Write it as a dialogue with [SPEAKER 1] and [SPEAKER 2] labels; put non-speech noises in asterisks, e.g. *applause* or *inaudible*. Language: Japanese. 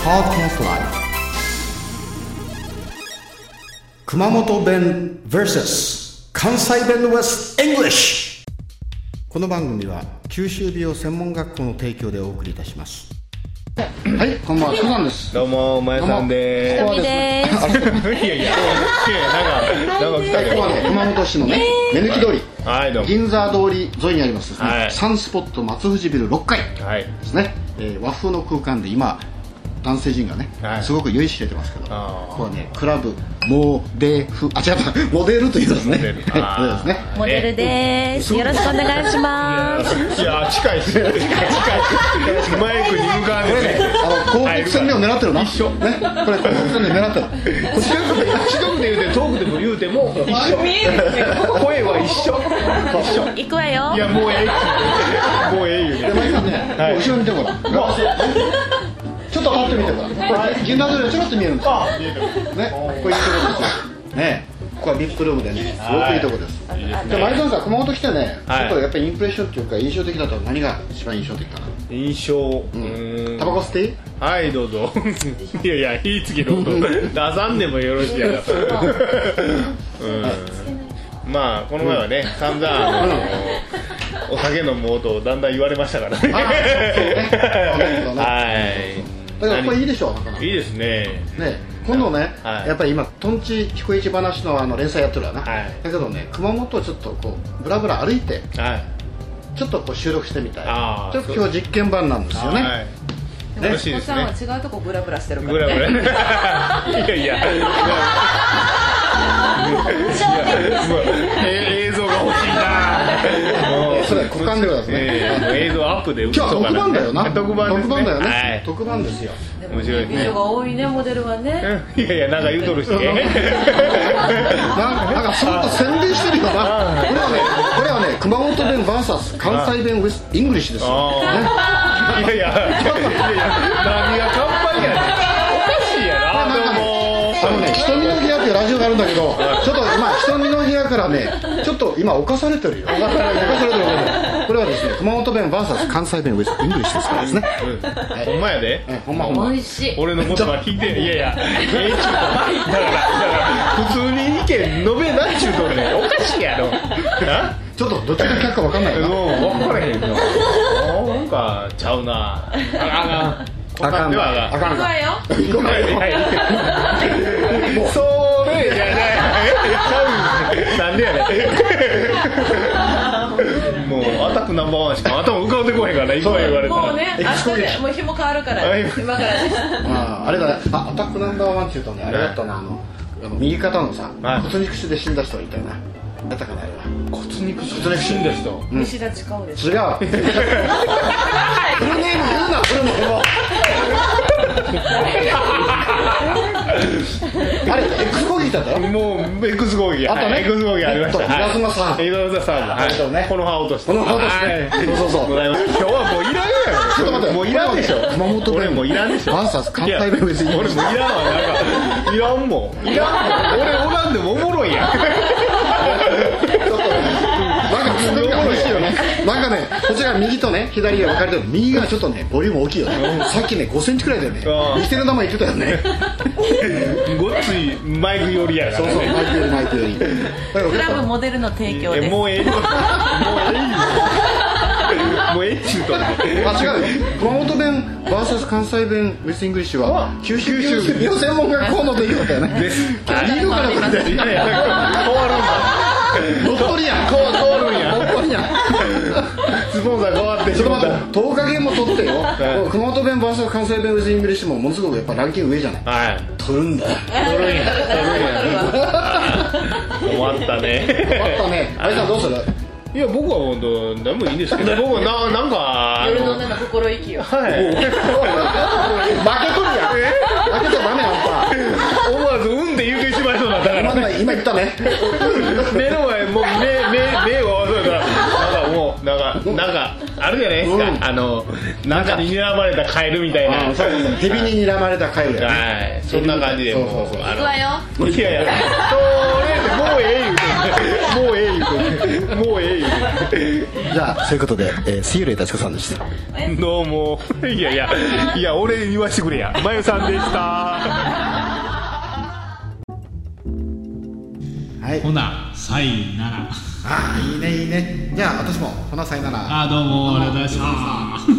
[SPEAKER 1] Podcast Live 熊本弁 vs 関西弁 vs English この番組は九州美容専門学校の提供でお送りいたしますはいこんばんはスザンです
[SPEAKER 2] どうも、前さんで
[SPEAKER 1] ここは
[SPEAKER 3] み
[SPEAKER 1] ね
[SPEAKER 3] です。
[SPEAKER 2] す。 *laughs* いやいや、いやなんか、なんか来た
[SPEAKER 1] ここは
[SPEAKER 2] ね。
[SPEAKER 1] ね熊本市のね目抜き通り
[SPEAKER 2] はい、どうも。
[SPEAKER 1] 銀座通り沿いにありますですね
[SPEAKER 2] はい
[SPEAKER 1] サンスポット松藤ビル6階
[SPEAKER 2] *laughs* はい。
[SPEAKER 1] ですね、えー和風の空間で今男性陣がね、
[SPEAKER 2] はい
[SPEAKER 1] すごく酔いしれてますけど
[SPEAKER 2] あー
[SPEAKER 1] ここはねクラブモデフあ違ったモデルというですね
[SPEAKER 2] モデル
[SPEAKER 1] はいそうですね
[SPEAKER 3] モデルです。よろしくお願いします。
[SPEAKER 2] いや、近いっすね。近い、近い。マイクに向かわねえね。
[SPEAKER 1] あの広告宣伝を狙ってるな
[SPEAKER 2] 一緒
[SPEAKER 1] ね、これ広告宣伝狙ってる
[SPEAKER 2] こっちで一言言うて、トークでも言うても、一緒。声は一緒。一緒。
[SPEAKER 3] 行くわよ
[SPEAKER 2] い。や、もうええ。もうええよ
[SPEAKER 1] で
[SPEAKER 2] ね。
[SPEAKER 1] マイさんね、
[SPEAKER 2] はい
[SPEAKER 1] 後ろ見てごらんちょっと待ってみてごらんこれ銀座通りがちょろっと見えるんですよ
[SPEAKER 2] あ、見えてる。
[SPEAKER 1] ねこれいいとこですよねここはビップルームでねすごくいいとこです、
[SPEAKER 2] いいです
[SPEAKER 1] で
[SPEAKER 2] ね
[SPEAKER 1] 前田さん熊本来てね、
[SPEAKER 2] はい
[SPEAKER 1] ちょっとやっぱりインプレッションっていうか印象的だと何が一番印象的かな
[SPEAKER 2] 印象。うーん
[SPEAKER 1] タバコ吸っていい
[SPEAKER 2] はい、どうぞ。 *laughs* いやいや、いい次
[SPEAKER 1] *laughs*
[SPEAKER 2] のこと。出さんでもよろしいやろ。うん。まあ、この前はね、散々、あのお酒飲もうとだんだん言われましたからね。 *laughs*
[SPEAKER 1] そうね
[SPEAKER 2] はい。
[SPEAKER 1] だからこれいいでしょなかなか
[SPEAKER 2] いいですね。
[SPEAKER 1] ね今度ね、
[SPEAKER 2] はい
[SPEAKER 1] やっぱり今とんち彦市話のあの連載やってるわな、
[SPEAKER 2] はい
[SPEAKER 1] だけどね熊本をちょっとこうぶらぶら歩いて
[SPEAKER 2] はい。
[SPEAKER 1] ちょっとこう収録してみたい
[SPEAKER 2] あー
[SPEAKER 1] ちょっと今日実験版なんですよね、
[SPEAKER 2] はい。
[SPEAKER 4] でも
[SPEAKER 2] 嬉しい
[SPEAKER 4] お
[SPEAKER 2] で
[SPEAKER 4] っ
[SPEAKER 2] す
[SPEAKER 4] さん
[SPEAKER 2] ね
[SPEAKER 4] は。違うとこブラブラしてるか
[SPEAKER 2] ぐ
[SPEAKER 4] ら
[SPEAKER 2] ら
[SPEAKER 4] ね
[SPEAKER 2] ぐら。いやいや。いやもうえ映像が欲しいな。もう
[SPEAKER 1] *laughs* それ股間でございますね
[SPEAKER 2] えーもう映像アップで。
[SPEAKER 1] 今日は特番だよな
[SPEAKER 2] 特番ですね。
[SPEAKER 1] だよね、
[SPEAKER 2] はい。
[SPEAKER 1] 特番ですよ
[SPEAKER 2] 面白い
[SPEAKER 4] 人
[SPEAKER 2] ね。 *laughs*
[SPEAKER 4] が多いねモデルはね。
[SPEAKER 2] いやいやなんか言うと
[SPEAKER 1] *laughs*
[SPEAKER 2] るし。
[SPEAKER 1] なんかなんかそっと宣伝してるよなこれはねこれはね熊本弁 VS 関西弁 with イングリッシュですよ、
[SPEAKER 2] ああ。いやいや。いやいや。何が乾杯やねん。おかしいや
[SPEAKER 1] *laughs*
[SPEAKER 2] な。どうも。
[SPEAKER 1] あのね、瞳の部屋っていうラジオがあるんだけど、ちょっと今、瞳の部屋からね、ちょっと今、犯されて
[SPEAKER 2] *laughs*
[SPEAKER 1] るよ。犯されてる、犯されてる犯されてる。これはですね、熊本弁 VS 関西弁 with イングリッシュですからですね。
[SPEAKER 2] うんほんまやで。
[SPEAKER 1] えほんまほんま。
[SPEAKER 4] 美味しい。
[SPEAKER 2] 俺の言葉聞いていやいやええちゅうとだから普通に意見述べないちゅうとんねんおかしいやろな
[SPEAKER 1] ちょっとどっちが客か分かんないけど、
[SPEAKER 2] もう分からへんのなんかちゃうなあかんあかんこんなんではあか
[SPEAKER 1] あ
[SPEAKER 2] ん
[SPEAKER 4] 行く
[SPEAKER 1] かん
[SPEAKER 4] わよ。
[SPEAKER 1] 行こうか
[SPEAKER 2] はいはいもうそれじゃないちゃうなんでや *laughs* ねんもうアタックナンバーワンしか頭浮かんでこへんから今言われたら
[SPEAKER 4] も
[SPEAKER 2] *laughs*
[SPEAKER 4] うね明日でもう日も変わるか
[SPEAKER 2] は
[SPEAKER 4] ら
[SPEAKER 2] い
[SPEAKER 4] 今からです。
[SPEAKER 1] ああれだね、あ、アタックナンバーワンっていうとね、あれだったな、あの、あの右肩のさ、
[SPEAKER 2] はい
[SPEAKER 1] 骨肉腫で死んだ人みたいな。だったかな、あれは。
[SPEAKER 2] 骨肉腫骨肉腫ですと
[SPEAKER 4] *laughs* 西田千香です。
[SPEAKER 1] 違う。フルネーム言うな、フルネームを。あれ、エックスコーヒーだったよ。
[SPEAKER 2] もうエクスゴーギー
[SPEAKER 1] あとね
[SPEAKER 2] エクスゴーギーありました
[SPEAKER 1] えっとイラスマさん
[SPEAKER 2] はいイラスマさん
[SPEAKER 1] ありがとうね
[SPEAKER 2] この葉落として
[SPEAKER 1] この葉落としてそうそうそう
[SPEAKER 2] ございます今日はもういらんやろ
[SPEAKER 1] ちょっと待ってよ
[SPEAKER 2] もういらんでしょ
[SPEAKER 1] 熊本弁
[SPEAKER 2] 俺もういらんでしょ
[SPEAKER 1] バーサス関西弁別に
[SPEAKER 2] いや俺もういらんわなんかいらんもんいらんもん俺おらんでもおもろいやん
[SPEAKER 1] ちょっとね、なんか、すごい美味しいよね。なんかね、こちら右とね、左で分かれてる。右がちょっとね、ボリューム大きいよね。さっきね、5センチくらいだよね
[SPEAKER 2] う。ん
[SPEAKER 1] 右手の名前言ってたよね。
[SPEAKER 2] ごっついマイク寄りやから
[SPEAKER 1] そうそう、
[SPEAKER 2] ね
[SPEAKER 1] 巻いてる巻いてる。だから
[SPEAKER 4] ク
[SPEAKER 1] ちょっ
[SPEAKER 4] ラ
[SPEAKER 1] と
[SPEAKER 4] ブモデルの提供
[SPEAKER 2] え
[SPEAKER 4] です。
[SPEAKER 2] もうええよもうええよもうええっちゅうとね
[SPEAKER 1] あ違うよ熊本弁 VS 関西弁ウィスイングリッシュは九州九州美容専門学校の出来事やね
[SPEAKER 2] です
[SPEAKER 1] いいのかなこれ
[SPEAKER 2] い
[SPEAKER 1] で
[SPEAKER 2] やいや変わるんだ
[SPEAKER 1] 乗っ取りやんこう
[SPEAKER 2] 通るんや
[SPEAKER 1] 乗っ取りやん
[SPEAKER 2] スポンサー変わって
[SPEAKER 1] ち
[SPEAKER 2] し
[SPEAKER 1] ょっと
[SPEAKER 2] まっ
[SPEAKER 1] 待ったて10日ゲーも取ってよ
[SPEAKER 2] い
[SPEAKER 1] 熊本弁 VS 関西弁ウィスイングリッシュもものすごくやっぱランキング上じゃない
[SPEAKER 2] はい
[SPEAKER 1] 取るんだよ
[SPEAKER 2] ドルや困った
[SPEAKER 1] あ
[SPEAKER 2] ね
[SPEAKER 1] ったねあれさんどうする
[SPEAKER 2] いや僕は本当何もいいんですけど僕はななんかあ
[SPEAKER 4] 夜の
[SPEAKER 2] の
[SPEAKER 4] 女の心意気を。
[SPEAKER 1] 負けとるやん負けちゃダメあん
[SPEAKER 2] 思わず「うん」って言うてしまいそうになったか
[SPEAKER 1] た今
[SPEAKER 2] ら
[SPEAKER 1] のは *laughs* 今言ったね
[SPEAKER 2] 目の前もう目目目を合わせたからなんかもうなんかなんかあるじゃないですか、
[SPEAKER 1] うん
[SPEAKER 2] あの中に睨まれたカエルみたいな
[SPEAKER 1] あそうそうそう蛇に睨まれたカエルやね
[SPEAKER 2] はいそんな感じでも
[SPEAKER 1] そうそうそう
[SPEAKER 2] あ
[SPEAKER 4] 行くわよ。
[SPEAKER 2] のいやいやそれもうええ言うてもうええ言うてもうええ言うて
[SPEAKER 1] じゃあそういうことで、えー、杉浦達子さんでした
[SPEAKER 2] どうもいやいやいや俺に言わしてくれやまゆさんでした
[SPEAKER 1] はい
[SPEAKER 5] ほなさいなら
[SPEAKER 1] ああいいねいいねじゃあ私もほなさいなら
[SPEAKER 5] あどうもありがとうございました